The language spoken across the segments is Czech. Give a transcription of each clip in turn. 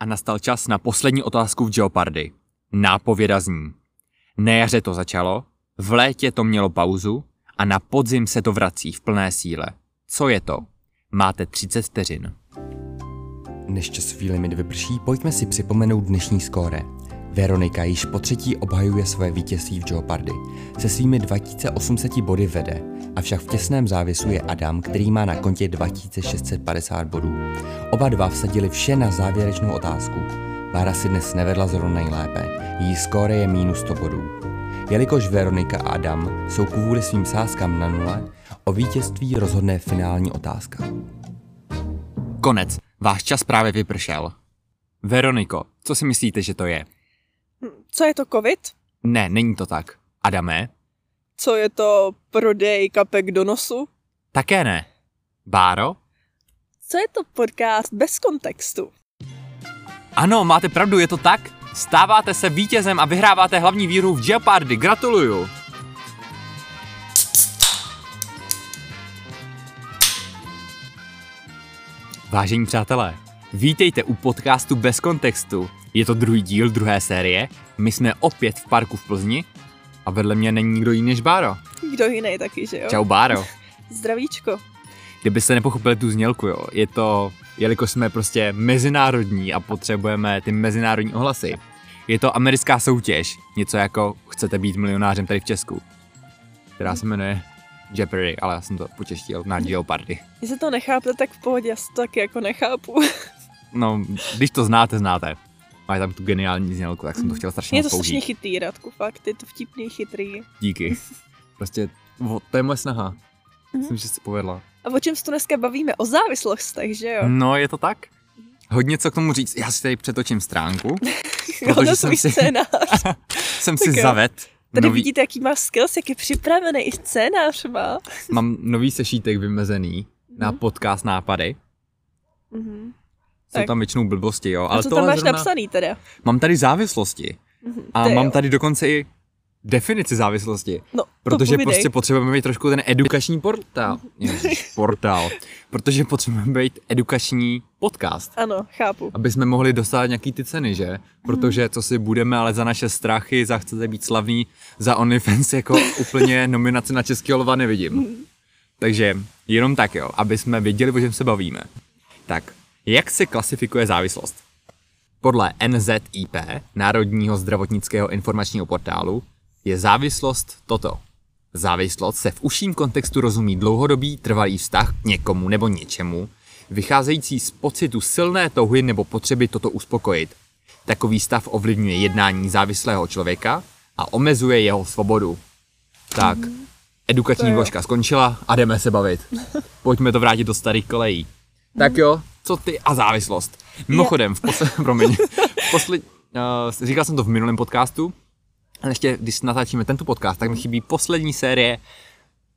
A nastal čas na poslední otázku v Geopardy. Nápověda zní. Na jaře to začalo, v létě to mělo pauzu a na podzim se to vrací v plné síle. Co je to? Máte 30 vteřin. Než časový limit vyprší, pojďme si připomenout dnešní skóre. Veronika již po třetí obhajuje svoje vítězství v Jeopardy. Se svými 2800 body vede, avšak v těsném závěsu je Adam, který má na kontě 2650 bodů. Oba dva vsadili vše na závěrečnou otázku. Bára si dnes nevedla zrovna nejlépe, její skóre je minus 100 bodů. Jelikož Veronika a Adam jsou kvůli svým sázkám na nule, o vítězství rozhodne finální otázka. Konec. Váš čas právě vypršel. Veroniko, co si myslíte, že to je? Hm, Co je to covid? Ne, není to tak. Adame? Co je to prodej kapek do nosu? Také ne. Báro? Co je to podcast bez kontextu? Ano, máte pravdu, je to tak. Stáváte se vítězem a vyhráváte hlavní výhru v Jeopardy. Gratuluju! Vážení přátelé, vítejte u podcastu Bez kontextu. Je to druhý díl druhé série. My jsme opět v parku v Plzni a vedle mě není nikdo jiný než Báro. Kdo jiný taky, že jo? Čau Báro. Zdravíčko. Kdybyste nepochopili tu znělku, jo, je to, jelikož jsme prostě mezinárodní a potřebujeme ty mezinárodní ohlasy. Je to americká soutěž, něco jako chcete být milionářem tady v Česku, která se jmenuje Jeopardy, ale já jsem to počeštil na Geopardy. Jestli to nechápete, tak v pohodě, já to taky jako nechápu. No, když to znáte, znáte. Máš tam tu geniální znělku, tak jsem to chtěl strašně Mhm. je moc to strašně použít. chytrý, Radku, fakt, je to vtipný, chytrý. Díky. Prostě, o, to je moje snaha. Mhm. Myslím, že se povedla. A o čem se tu dneska bavíme? O závislostech, že jo? No, je to tak. Hodně co k tomu říct. Já si tady přetočím schránku. protože Ono jsem svůj si- scénář. Jsem si Tak jo. zaved. Tady nový, vidíte, jaký má skills, jak je připravený i scénář má. Mám nový sešítek vymezený na Mhm. podcast nápady. Mhm. Jsou Tak. tam většinou blbosti, jo. A Ale co tohle tam máš zrovna... napsaný teda? Mám tady závislosti. Mhm. A Ty mám jo. tady dokonce i definici závislosti. No, to Protože povídej. prostě potřebujeme mít trošku ten edukační portál. Mhm. Ježiš, portál. Protože potřebujeme být edukační podcast. Ano, chápu. Aby jsme mohli dostat nějaký ty ceny, že? Protože co si budeme, ale za naše strachy, za chcete být slavný, za OnlyFans jako úplně nominaci na Český lva nevidím. Takže jenom tak jo, aby jsme věděli, o čem se bavíme. Tak, jak se klasifikuje závislost? Podle NZIP, Národního zdravotnického informačního portálu, je závislost toto. Závislost se v užším kontextu rozumí dlouhodobý trvalý vztah k někomu nebo něčemu, vycházející z pocitu silné touhy nebo potřeby toto uspokojit. Takový stav ovlivňuje jednání závislého člověka a omezuje jeho svobodu. Tak, To edukační jo. vložka skončila a jdeme se bavit. Pojďme to vrátit do starých kolejí. Tak jo, co ty a závislost. Mimochodem, v posledním, promiň, v posled, uh, říkal jsem to v minulém podcastu, ale ještě když natáčíme tento podcast, tak mi chybí poslední série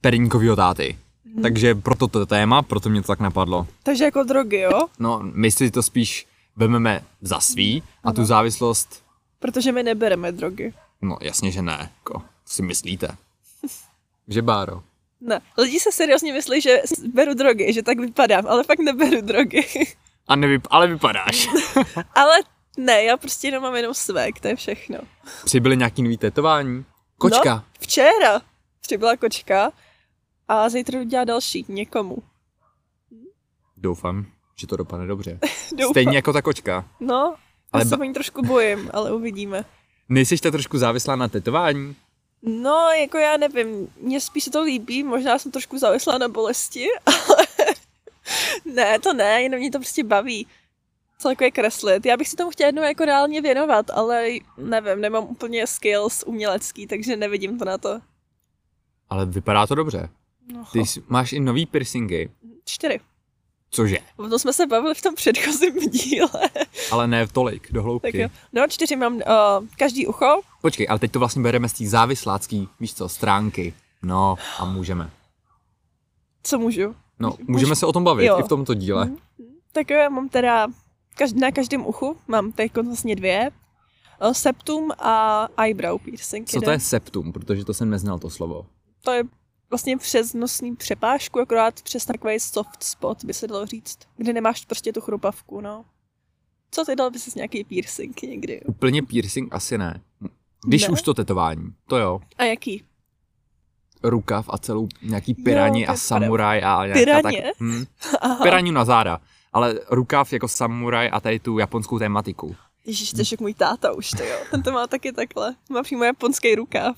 Perníkovýho táty. Takže proto to téma, proto mě to tak napadlo. Takže jako drogy, jo? No, my si to spíš vememe za svý a tu závislost, Protože my nebereme drogy. no jasně, že ne, jako, co si myslíte. Že Báro? Ne. No, Lidi se seriózně myslí, že s- beru drogy, že tak vypadám, ale fakt neberu drogy. A nevyp- ale vypadáš. ale ne, já prostě jenom mám jenom svek, to je všechno. Přibyly nějaký nový tetování? Kočka. No, včera přibyla kočka a zítra jdu dělat další někomu. Doufám, že to dopadne dobře. Doufám. Stejně jako ta kočka. No, Ale ale já se ba- o ní trošku bojím, ale uvidíme. Nejsiš tak trošku závislá na tetování? No, jako já nevím, mně spíš se to líbí, možná jsem trošku závislá na bolesti, ale ne, to ne, jenom mě to prostě baví celkově kreslit. Já bych si tomu chtěla jednou jako reálně věnovat, ale nevím, nemám úplně skills umělecký, takže nevidím to na to. Ale vypadá to dobře. No, Ty jsi, máš i nový piercingy. čtyři. Cože? O tom jsme se bavili v tom předchozím díle. Ale ne v tolik, do hloubky. Tak jo. No, čtyři mám uh, každý ucho. Počkej, ale teď to vlastně bereme z té závislácký, víš co, stránky. No a můžeme. Co můžu? No, Můž- můžeme se o tom bavit jo. i v tomto díle. Mhm. Tak jo, já mám teda každ- na každém uchu, mám teď vlastně dvě. Eh, Septum a eyebrow piercing. Co to jeden. je septum, protože to jsem neznal to slovo. To je vlastně přes nosní přepážku, akorát přes takový soft spot, by se dalo říct, kde nemáš prostě tu chrupavku, no. Co ty dal by si nějaký piercing někdy? jo? Úplně piercing asi ne. Když Ne? už to tetování, to jo. A jaký? Rukav a celou nějaký Jo, piraní to a je samuraj a nějaká Piraně? tak... Hm, Aha. piraní na záda. Ale rukav jako samuraj a tady tu japonskou tematiku. Ježíš, to je jak můj táta už, to jo. Ten to má taky takhle. Má přímo japonský rukáv.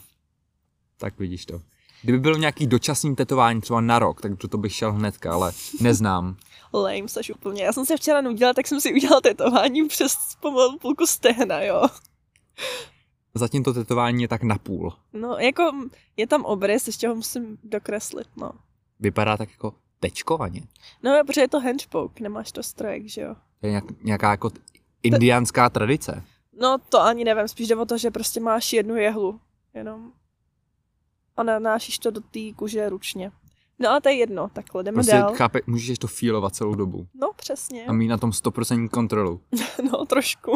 Tak vidíš to. Kdyby bylo nějaký dočasný tetování třeba na rok, tak to, to bych šel hnedka, ale neznám. Lame, seš úplně. Já jsem se včera nudila, tak jsem si udělala tetování přes pomalu půlku stehna, jo. Zatím to tetování je tak napůl. No, jako m, je tam obrys, ještě ho musím dokreslit, no. Vypadá tak jako tečkovaně. No, protože je to henchpoke, nemáš to strojek, že jo. To je nějak, nějaká jako t- indiánská tradice. No, to ani nevím, spíš jde o to, že prostě máš jednu jehlu, jenom. A nanášíš to do té kůže ručně. No, ale to je jedno, takhle, jdeme Prostě dál. chápe, můžeš to fílovat celou dobu. No, přesně, A mít na tom 100% kontrolu. no, trošku.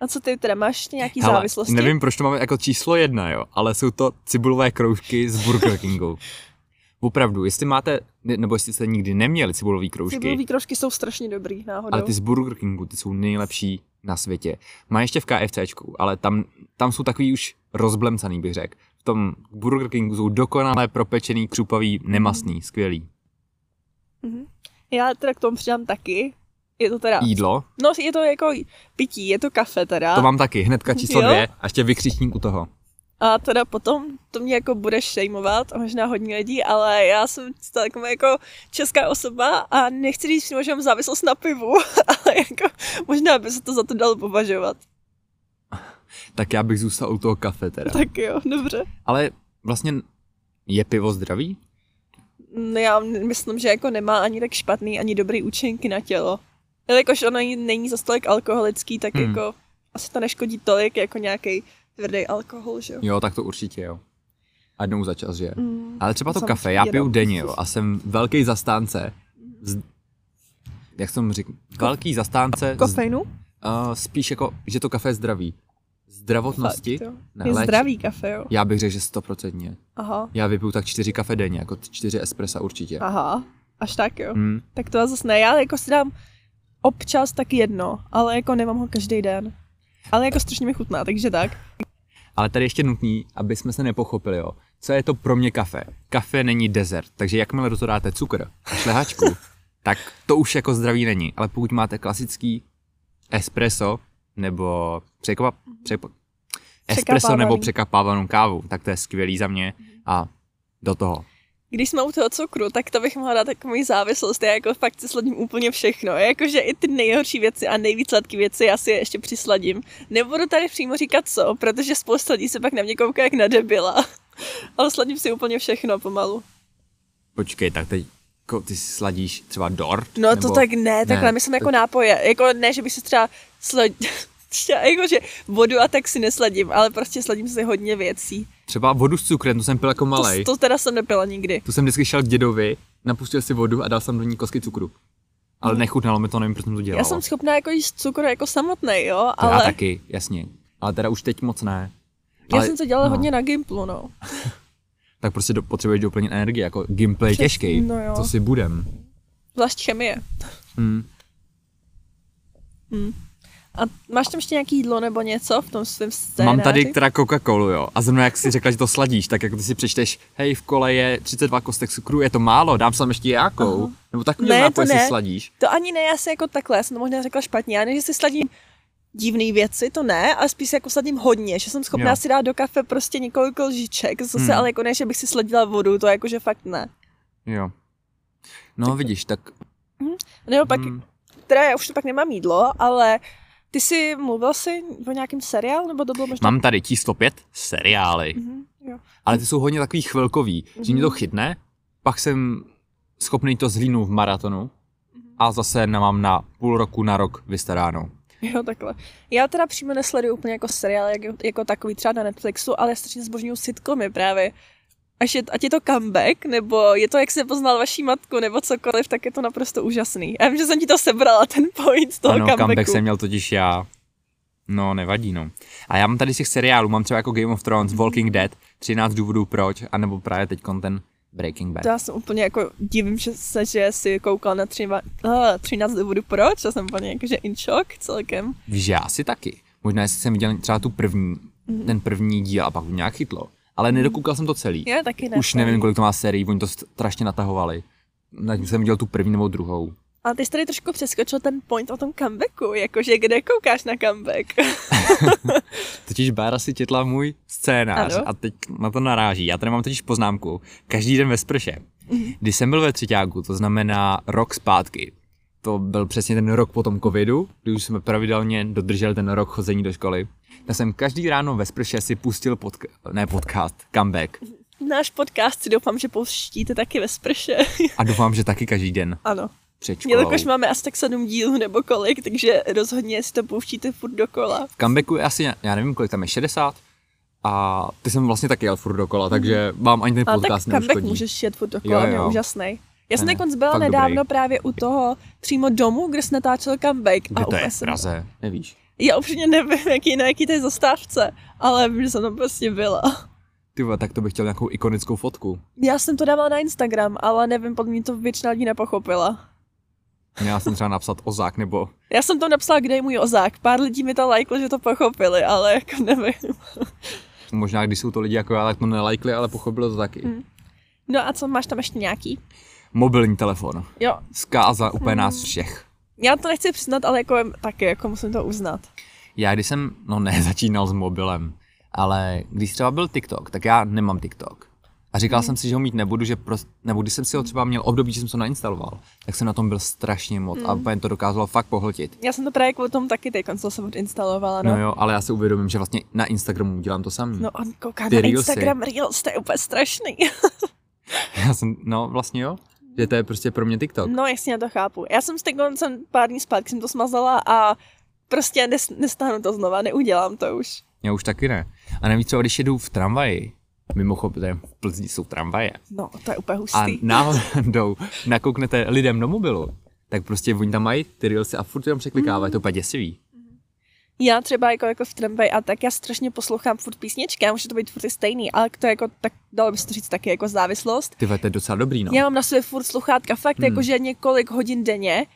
A co ty teda, máš nějaký Hele, závislosti? Nevím, proč to máme jako číslo jedna, jo, ale jsou to cibulové kroužky z Burger Kingu. Opravdu, jestli máte, ne- nebo jestli jste nikdy neměli cibulové kroužky, Cibulový no. kroužky jsou strašně dobrý, náhodou. ale ty z Burger Kingu, ty jsou nejlepší na světě. Má ještě v KFCčku, ale tam, tam jsou takový už rozblemcaný, bych řekl. V tom Burger Kingu jsou dokonale propečený, křupavý, Mm. nemastný, skvělý. Mhm. Já teda k tomu přidám taky. Je to teda... Jídlo, No, je to jako pití, je to kafe teda. to mám taky, hnedka číslo Jo? dvě a ještě vykřičník u toho. A teda potom to mě jako budeš šejmovat a možná hodně lidí, ale já jsem taková jako česká osoba a nechci říct přímo, že mám závislost na pivu, ale jako možná by se to za to dalo považovat. Tak já bych zůstal u toho kafe teda. Tak jo, dobře. Ale vlastně je pivo zdravý? No já myslím, že jako nemá ani tak špatný, ani dobrý účinky na tělo. Jelikož ono ani není za stolik alkoholický, tak Hmm. hmm. jako asi to neškodí tolik jako nějaký tvrdý alkohol, že jo. Jo, tak to určitě jo. A jednou za čas, že? Mm. Ale třeba to Samozřejmě, kafe, já piju no. denně jo, a jsem velký zastánce. Z... Jak jsem řekl? Velký zastánce. Z... Kofeinu? Uh, spíš jako, že to kafe je zdravý. Zdravotnosti? Fakt, jo. ne, je léči- zdravý kafe, jo. Já bych řekl, že stoprocentně. Aha, Já vypiju tak čtyři kafe denně, jako t- čtyři espressa určitě. aha, až tak jo. Hmm. Tak to já zase ne, já jako si dám občas tak jedno, ale jako nemám ho každý den. Ale jako strašně mi chutná, takže tak. Ale tady ještě nutný, aby jsme se nepochopili, jo. Co je to pro mě kafe? Kafe není dezert, takže jakmile do toho dáte cukr a šlehačku, tak to už jako zdravý není. Ale pokud máte klasický espresso nebo překvap, překva, espresso Překapávaný. nebo překapávanou kávu, tak to je skvělý za mě a do toho. Když jsme u toho cukru, tak to bych mohla dát jako moji závislost. Já jako fakt si sladím úplně všechno. Jakože i ty nejhorší věci a nejvíc sladké věci já si je ještě přisladím. Nebudu tady přímo říkat co, protože spousta lidí se pak na mě kouká jak na debila. Ale sladím si úplně všechno pomalu. Počkej, tak teď jako ty si sladíš třeba dort? No nebo... to tak ne, takhle ne, ne, myslím jako nápoje. Jako ne, že bych si třeba sladil, jako že vodu a tak si nesladím, ale prostě sladím si hodně věcí. Třeba vodu s cukrem, to jsem pil jako To, malej. to teda jsem nepila nikdy. Tu jsem vždycky šel k dědovi, napustil si vodu a dal jsem do ní kosky cukru. Ale nechutnalo mi to, nevím, proč jsem to dělal. Já jsem schopná jako jíst cukr jako samotný, jo, to ale já taky, jasně. Ale teda už teď moc ne. já ale- jsem to dělala no. hodně na Gimplu, no. Tak prostě do, potřebuješ doplnit energii, jako gameplay je Přesně, těžký, no jo. co si budem. Zvlášť chemie. Hmm. Hm. A máš tam ještě nějaký jídlo nebo něco v tom svém scénáři? Mám tady teda Coca-Colu, jo. A zrovna jak jsi řekla, že to sladíš, tak jako ty si přečteš, hej, v kole je 32 kostek cukru, je to málo, dám tam ještě jakou. Aha. Nebo takový Ne, to nápoj si ne. sladíš. To ani ne, já si jako takhle, já jsem to možná řekla špatně. Já ne, že si sladím divné věci, to ne, ale spíš si jako sladím hodně, že jsem schopná Jo. jo. si dát do kafe prostě několik lžiček, zase Hmm. hmm. ale jako ne, že bych si sladila vodu, to jakože fakt ne. Jo. No vidíš, tak... Nebo pak, hm, teda já už to pak nemám jídlo, ale ty jsi mluvil si o nějakém seriálu, nebo to bylo možná... Mám tady číslo pět, seriály. Mhm, jo. Ale ty jsou hodně takový chvilkový, že mě to Mhm. chytne, pak jsem schopný to zhlínout v maratonu a zase nemám na půl roku, na rok vystaráno. Jo, takhle. Já teda přímo nesleduju úplně jako seriál, jak, jako takový třeba na Netflixu, ale strašně zbožňuju sitcomy právě. Až je, ať je to comeback, nebo je to, jak se poznal vaší matku, nebo cokoliv, tak je to naprosto úžasný. Já vím, že jsem ti to sebrala, ten point z toho Ano, comebacku. comeback jsem měl totiž já. No, nevadí, no. A já mám Mhm. tady z těch seriálů, mám třeba jako Game of Thrones, Walking Dead, 13 důvodů proč, anebo právě teď ten Breaking Bad. To já jsem úplně jako divím že se, že si koukal na třiva, uh, 13 důvodů proč, já jsem úplně jakože in shock celkem. Víš, že já asi taky. Možná jestli jsem viděl třeba tu první, Mhm. mm-hmm. ten první díl a pak mě nějak chytlo. Ale nedokoukal jsem to celý. Já taky ne. Už nevím, kolik to má sérií, oni to strašně natahovali. Zatím jsem viděl tu první nebo druhou. Ale ty jsi tady trošku přeskočil ten point o tom comebacku, jakože kde koukáš na comeback? Totiž Bára si četla můj scénář Ano. a teď na to naráží. Já tady mám totiž poznámku. Každý den ve sprše. Když jsem byl ve třetíku, to znamená rok zpátky, to byl přesně ten rok po tom covidu, kdy už jsme pravidelně dodrželi ten rok chození do školy, tak jsem každý ráno ve sprše si pustil podk- ne podcast, comeback. Náš podcast si doufám, že pouštíte taky ve sprše. A doufám, že taky každý den ano. před školou. Jelikož máme asi tak sedm dílů nebo kolik, takže rozhodně si to pouštíte furt dokola. V comebacku je asi, já nevím, kolik tam je, 60? A ty jsem vlastně taky jel furt dokola, takže vám ani ten Mhm. Ale tak podcast comeback neuškodí. můžeš jet furt dokola, Jo, jo, jo. jo. úžasný. Já jsem Ne, nakonec byla fakt dobrý. nedávno právě u toho přímo domu, kde se natáčel comeback. Kde a to je úplně v jsem- Praze? Nevíš. Já upřímně nevím, jaký, na jaký to je zastávce, ale vím, že jsem tam prostě byla. Ty vole, tak to bych chtěl nějakou ikonickou fotku. Já jsem to dávala na Instagram, ale nevím, podle mě to většina lidí nepochopila. Měla jsem třeba napsat Ozák nebo... Já jsem to napsala, kde je můj ozák. Pár lidí mi to lajklo, že to pochopili, ale jako nevím. Možná, když jsou to lidi jako já, tak to nelajkli, ale pochopilo to taky. Mm. No a co, máš tam ještě nějaký? Mobilní telefon. Jo, Zkáza Mhm. úplně nás všech. já to nechci přiznat, ale jako taky, jako musím to uznat. Já když jsem, no ne, začínal s mobilem, ale když třeba byl TikTok, tak já nemám TikTok. A říkal jsem si, že ho mít nebudu, že prost, nebo když jsem si ho třeba měl období, že jsem se ho nainstaloval, tak jsem na tom byl strašně moc a úplně to dokázalo fakt pohltit. Já jsem to právě kvůli tomu taky teď co jsem odinstalovala, no. No jo, ale já si uvědomím, že vlastně na Instagramu dělám to samý. No on kouká Ty na Reelsy. Instagram Reels, to je úplně strašný. Já jsem, no vlastně jo, že to je prostě pro mě TikTok. No jasně, já to chápu. Já jsem s tím koncem pár dní zpátky jsem to smazala a prostě nes, nestáhnu to znova, neudělám to už. Já už taky ne. A navíc třeba, když jedu v tramvaji, mimochodem v Plzni jsou tramvaje, No, to je úplně a hustý. náhodou nakouknete lidem do mobilu, tak prostě oni tam mají ty reelsy a furt jenom překlikávají, mm. to je úplně děsivý. Já třeba jako, jako v tramvaji a tak já strašně poslouchám furt písničky a může to být furt i stejný, ale to je jako, tak dalo by se to říct taky jako závislost. Ty vole, to je docela dobrý, no. Já mám na sobě furt sluchátka fakt Hmm. hmm. jakože několik hodin denně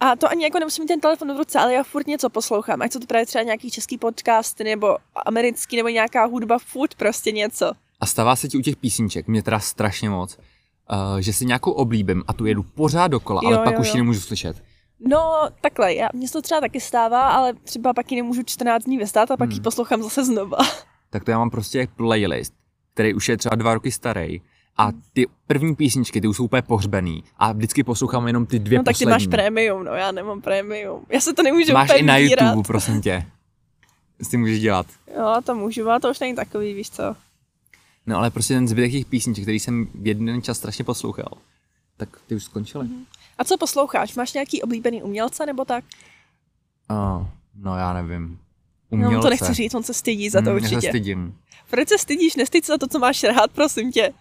a to ani jako nemusím mít ten telefon v ruce, ale já furt něco poslouchám, ať jsou to právě třeba nějaký český podcast nebo americký nebo nějaká hudba, furt prostě něco. A stává se ti u těch písniček, mě teda strašně moc, uh, že si nějakou oblíbím a tu jedu pořád dokola, ale Jo, pak jo, už ji jo. nemůžu slyšet. No, takhle, já, mně se to třeba taky stává, ale třeba pak ji nemůžu 14 dní vystát a pak Hmm. hmm. ji poslouchám zase znova. Tak to já mám prostě playlist, který už je třeba dva roky starý. A Mm. ty první písničky, ty už jsou úplně pohřbený. A vždycky poslouchám jenom ty dvě no tak ty poslední. máš prémium, no já nemám prémium. Já se to nemůžu Máš úplně i na vybírat. YouTube, prosím tě. S tím můžeš dělat. Jo, to můžu, ale to už není takový, víš co. No ale prostě ten zbytek těch písniček, který jsem v jeden čas strašně poslouchal, tak ty už skončily. A co posloucháš? Máš nějaký oblíbený umělce nebo tak? Oh, no já nevím. No, Umělce. on to nechci říct, on se stydí za to Mm, Já se určitě. stydím. Proč se stydíš? Nestyď se za to, co máš rád, prosím tě.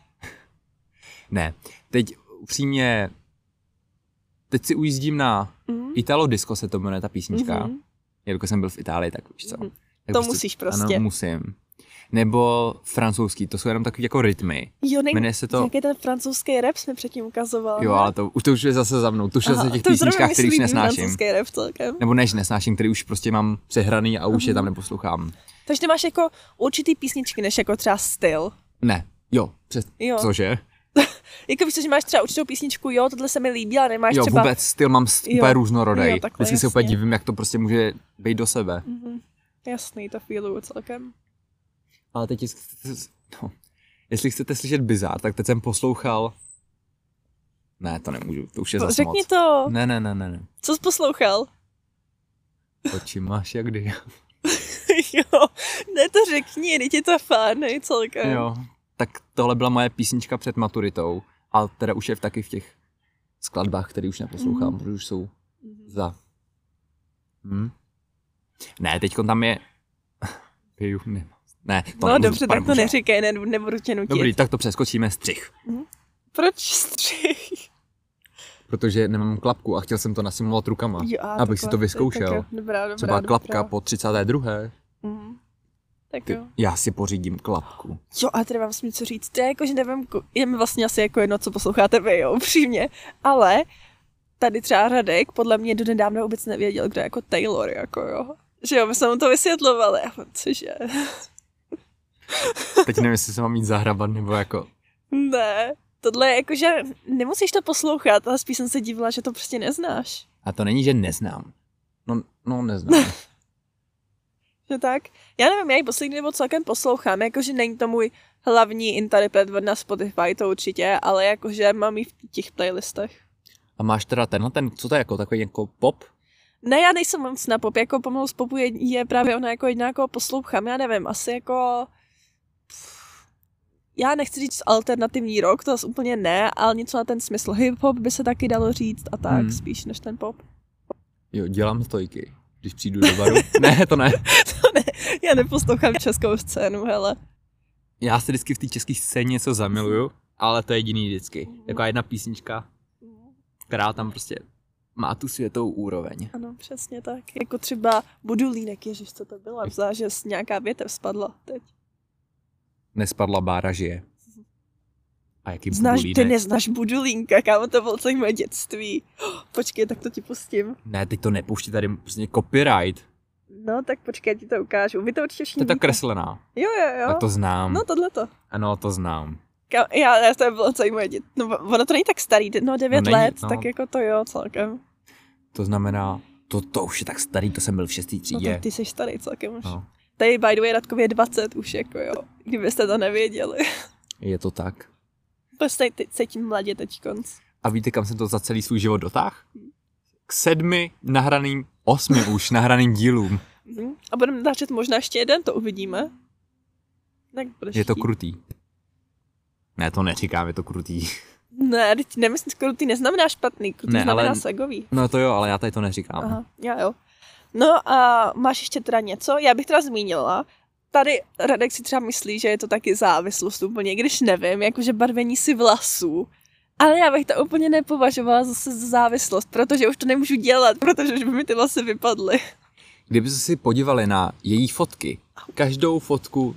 Ne, teď upřímně, teď si ujízdím na Mhm. Italo Disco se to jmenuje ta písnička. Mhm. Jelikož jsem byl v Itálii, tak víš co. Mhm. Tak To musíš prostě. Ano, musím. Nebo francouzský, to jsou jenom takový jako rytmy. Jo, nej... Jmenuje se to- Jaký ten francouzský rap jsme předtím ukazoval. Jo, ne? ale to, už to už je zase za mnou, to už je no? Aha, zase v těch to písničkách, zrovna mi které se už líbí nesnáším. Francouzský rap celkem. Nebo než nesnáším, který už prostě mám přehraný a už je tam Mhm. neposlouchám. Takže ty máš jako určitý písničky, než jako třeba styl. Ne, jo, přes, Jo. cože? Jako víš, co, že máš třeba určitou písničku, jo, tohle se mi líbí, ale nemáš jo, třeba... vůbec styl mám s- Jo. úplně různorodej. Jo, takhle, Vždycky se úplně jasně. divím, jak to prostě může být do sebe. Mhm. Jasný, to feeluju celkem. Ale teď, jest- no, jestli chcete slyšet bizár, tak teď jsem poslouchal... Ne, to nemůžu, to už je zase No, Řekni moc. to, Ne, ne, ne, ne, ne. co jsi poslouchal? Oči máš jak kdy. jo, ne to řekni, teď je to fán, ne, celkem. Jo. Tak tohle byla moje písnička před maturitou. A teda už je v taky v těch skladbách, které už neposlouchám, Mhm. protože už jsou Mhm. za... Hm? Ne, teď tam je... Piju, ne. Ne, to No nemůžu, dobře, pane tak to bože. neříkej, ne, nebudu tě nutit. Dobrý, tak to přeskočíme střih. Proč střih? Protože nemám klapku a chtěl jsem to nasimulovat rukama. Jo, a abych si takhle, to je vyzkoušel. tak jo, Dobrá, dobrá, Třeba dobrá. klapka po 32. Mhm. Tak Ty, jo. já si pořídím klapku. Jo, a tady vám smím co říct. To je jako, že nevím, ku- je mi vlastně asi jako jedno, co posloucháte vy, jo, upřímně. Ale tady třeba Radek podle mě do nedávna vůbec nevěděl, kdo je jako Taylor, jako jo. Že jo, my jsme mu to vysvětlovali. Já mám, cože? Teď nevím, jestli se mám mít zahrabat nebo jako... Ne. Tohle je jako, že nemusíš to poslouchat, ale spíš jsem se divila, že to prostě neznáš. A to není, že neznám. No, no neznám. No tak, já nevím, já ji poslední nebo celkem poslouchám, jakože není to můj hlavní interpret na Spotify, to určitě, ale jakože mám ji v těch playlistech. A máš teda tenhle ten, co to je jako, takový jako pop? Ne, já nejsem moc na pop, jako pomalu z popu je, je právě ona jako jediná, jako poslouchám, já nevím, asi jako... pff, Já nechci říct alternativní rock, to zase úplně ne, ale něco na ten smysl. Hip-hop by se taky dalo říct a tak, Hmm. hmm. spíš než ten pop. Jo, dělám stojky, když přijdu do baru. ne, to ne. Já neposlouchám českou scénu, hele. Já si vždycky v té české scéně něco zamiluju, ale to je jediný vždycky. Jako jedna písnička, která tam prostě má tu světovou úroveň. Ano, přesně tak. Jako třeba budu línek, ježiš, co to bylo, vzá, že s- nějaká větev spadla teď. Nespadla bára žije. A jaký Znáš, budulínek. ty neznáš budulínka, kámo, to bylo celé moje dětství. Oh, Počkej, tak to ti pustím. Ne, teď to nepouští tady prostě copyright. No, tak počkej, já ti to ukážu. Vy to určitě To všichni je ta víte. kreslená. Jo, jo, jo. Tak to znám. No, tohle to. Ano, to znám. Já, já, to bylo celé moje dětství. No, ono to není tak starý, no, 9 není, let, no. tak jako to jo, celkem. To znamená, to, to už je tak starý, to jsem byl v šestý No, třídě. tak ty jsi starý celkem už. No, Tady by the way Radkově 20 už, jako jo. Kdybyste to nevěděli. je to tak. Prostě teď se tím mladě teď konc. A víte, kam jsem to za celý svůj život dotáhl? K sedmi nahraným, osmi už nahraným dílům. Mhm. A budeme natáčet možná ještě jeden, to uvidíme. Tak budeš Je to chtít. krutý. Ne, to neříkám, je to krutý. Ne, teď nemyslím, krutý neznamená špatný, krutý Ne, ne, znamená ale- ale... segový. No to jo, ale já tady to neříkám. Aha, já jo. No a máš ještě teda něco? Já bych teda zmínila, tady Radek si třeba myslí, že je to taky závislost úplně, i když nevím, jakože barvení si vlasů. Ale já bych to úplně nepovažovala zase za závislost, protože už to nemůžu dělat, protože už by mi ty vlasy vypadly. Kdyby si podívali na její fotky, každou fotku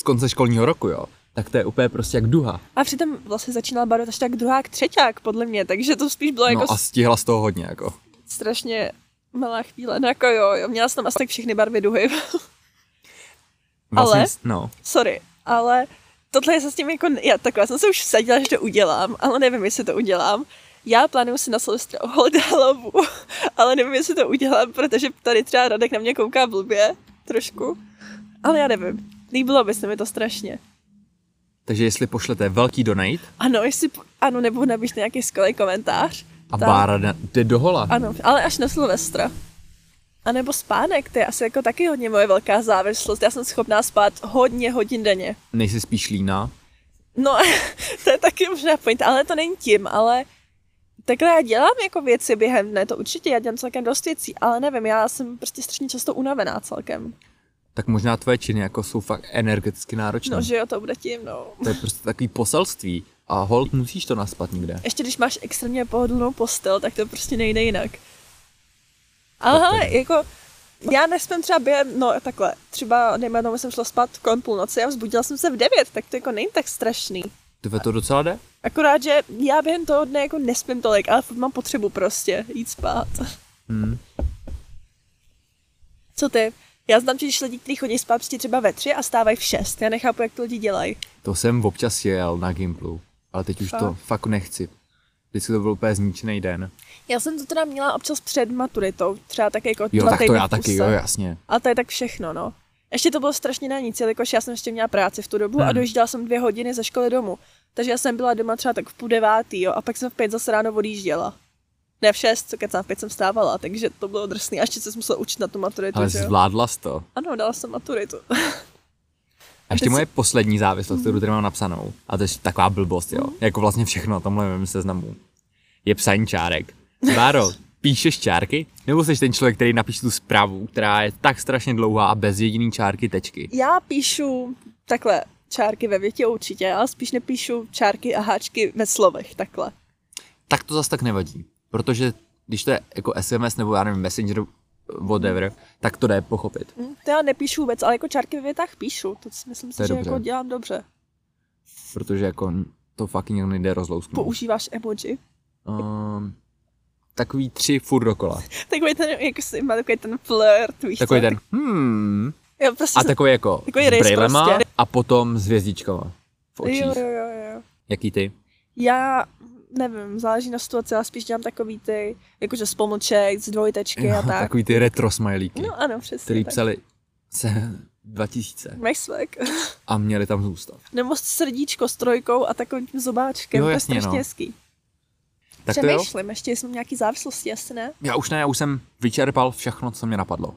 z konce školního roku, jo, tak to je úplně prostě jak duha. A přitom vlasy začínala barvit až tak druhák, třeťák, podle mě, takže to spíš bylo No jako a stihla z toho hodně, jako. strašně malá chvíle. No jako jo, jo, měla jsem tam asi tak všechny barvy duhy. Ale- s- No, Sorry, ale tohle je se s tím jako... Já, takhle, já jsem se už vsadila, že to udělám, ale nevím, jestli to udělám. Já plánuju si na Silvestra oholit hlavu, ale nevím, jestli to udělám, protože tady třeba Radek na mě kouká blbě trošku. Ale já nevím. Líbilo by se mi to strašně. takže jestli pošlete velký donate Ano, jestli... po- Ano, nebo napište nějaký skvělý komentář. a tak- Bára jde- jde do hola. Ano, ale až na Silvestra. A nebo spánek, to je asi jako taky hodně moje velká závislost. Já jsem schopná spát hodně hodin denně. Nejsi spíš líná. No, to je taky možná point, ale to není tím, ale takhle já dělám jako věci během dne, to určitě, já dělám celkem dost věcí, ale nevím, já jsem prostě strašně často unavená celkem. Tak možná tvoje činy jako jsou fakt energeticky náročné. No, že jo, to bude tím, no. To je prostě takový poselství. A hol, musíš to naspat někde. Ještě když máš extrémně pohodlnou postel, tak to prostě nejde jinak. Ale hele, jako, já nespím třeba během, no takhle, třeba, dejme tomu, jsem šla spát kolem půlnoci a vzbudila jsem se v 9, tak to jako není tak strašný. Tebe to docela jde? Akorát, že já během toho dne jako nespím tolik, ale furt mám potřebu prostě jít spát. Hmm. Co ty? Já znám totiž lidi, kteří chodí spát prostě třeba ve tři a stávají v šest. Já nechápu, jak to lidi dělají. To jsem občas jel na Gimplu, ale teď už to Fakt? fakt nechci. Vždycky to byl úplně zničený den. Já jsem to teda měla občas před maturitou, třeba tak jako Jo, dva tak to týdny já v taky, kuse. jo, jasně. Ale to je tak všechno, no. Ještě to bylo strašně na nic, jelikož já jsem ještě měla práci v tu dobu a Hmm. dojížděla jsem dvě hodiny ze školy domů. Takže já jsem byla doma třeba tak v půl devátý, jo, a pak jsem v pět zase ráno odjížděla. Ne v šest, co kecám, v pět jsem stávala, takže to bylo drsný. A ještě jsem se musela učit na tu maturitu, Ale že jo? zvládla jsi to. Ano, dala jsem maturitu. A ještě moje poslední závislost, Mhm. kterou tady mám napsanou, a to je taková blbost, jo. Jako vlastně všechno na tomhle mém seznamu. Je psaní čárek. Báro, píšeš čárky? Nebo jsi ten člověk, který napíše tu zprávu, která je tak strašně dlouhá a bez jediný čárky tečky? Já píšu takhle čárky ve větě určitě, ale spíš nepíšu čárky a háčky ve slovech, takhle. Tak to zas tak nevadí, protože když to je jako SMS nebo já nevím, Messenger whatever, tak to jde pochopit. Hm, To já nepíšu vůbec, ale jako čárky ve větách píšu. To si myslím To je si, že dobře. Hmm. jako dělám dobře. Protože jako to fucking nejde rozlousknout. Používáš emoji. Um, takový tři furt dokola. Takový ten, jako si má takový ten flirt, víš Takový co? ten hmm, Jo, prostě a takový jako Takový s rys brýlema prostě. a potom s hvězdičkama v očích. jo, jo, jo, jo. Jaký ty? Já nevím, záleží na situaci, já spíš dělám takový ty, jakože z pomlček, z dvojtečky a tak. Takový ty retro smajlíky, No ano, přesně který tak. psali se 2000 Máš svek. a měli tam zůstat. Nebo srdíčko s trojkou a takovým zobáčkem, Jo, to je jasně, no. strašně hezký. Tak to jo. Přemýšlím, ještě jsem nějaký závislosti, asi ne? Já už ne, já už jsem vyčerpal všechno, co mě napadlo.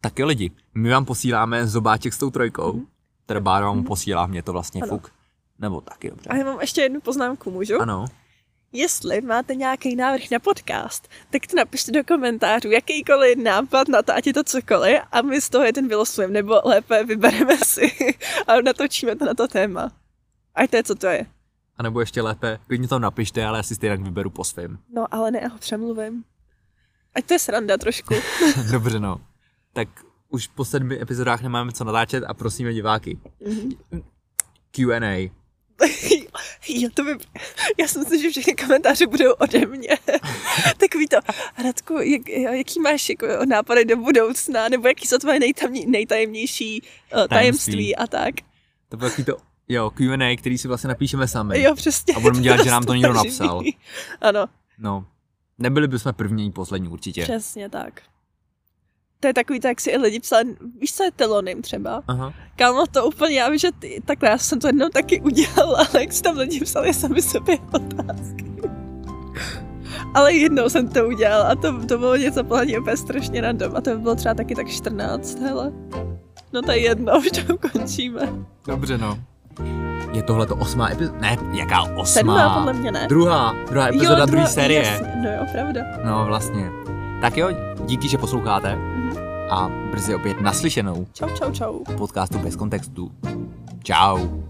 Tak jo lidi, my vám posíláme zobáček s tou trojkou. Mm-hmm. Teda Bára vám posílá, mě to vlastně ano. Mhm. Ano. fuk. Nebo taky dobře. A já mám ještě jednu poznámku, můžu? Ano. Jestli máte nějaký návrh na podcast, tak to napište do komentářů, jakýkoliv nápad na to, ať je to cokoliv a my z toho jeden vylosujeme, nebo lépe vybereme si a natočíme to na to téma. Ať to je, co to je. A nebo ještě lépe, klidně to napište, ale já si stejně vyberu po svém. No ale ne, já ho přemluvím. Ať to je sranda trošku. Dobře no. Tak už po sedmi epizodách nemáme co natáčet a prosíme diváky. Q&A. jo, to by... Já si myslím, že všechny komentáře budou ode mě. Takový to, Radku, jak, jaký máš jako nápady do budoucna, nebo jaký jsou tvoje nejtamní, nejtajemnější uh, tajemství a tak. To bylo takový to, jo, Q&A, který si vlastně napíšeme sami. Jo, přesně. A budeme dělat, že nám to někdo Prostě napsal. živý. Ano, No. Nebyli bychom první ani poslední určitě. přesně tak. To je takový, tak si i lidi psali, víš, co je telonym třeba? Aha. Kámo, to úplně, já vím, že ty, takhle, já jsem to jednou taky udělala, ale jak si tam lidi psali sami sobě otázky. Ale jednou jsem to udělala a to, to bylo něco pohledně úplně strašně random a to by bylo třeba taky tak 14, hele. No to je jedno, už to končíme. Dobře, no. Je tohle to osmá epizoda? Ne, jaká osmá? Sedmá podle mě ne. Druhá, druhá epizoda druhá- druhé série. Jasně, no jo, pravda. No vlastně. Tak jo, díky, že posloucháte. Mhm. A brzy opět naslyšenou Čau, čau, čau. v podcastu Bez kontextu. Ciao.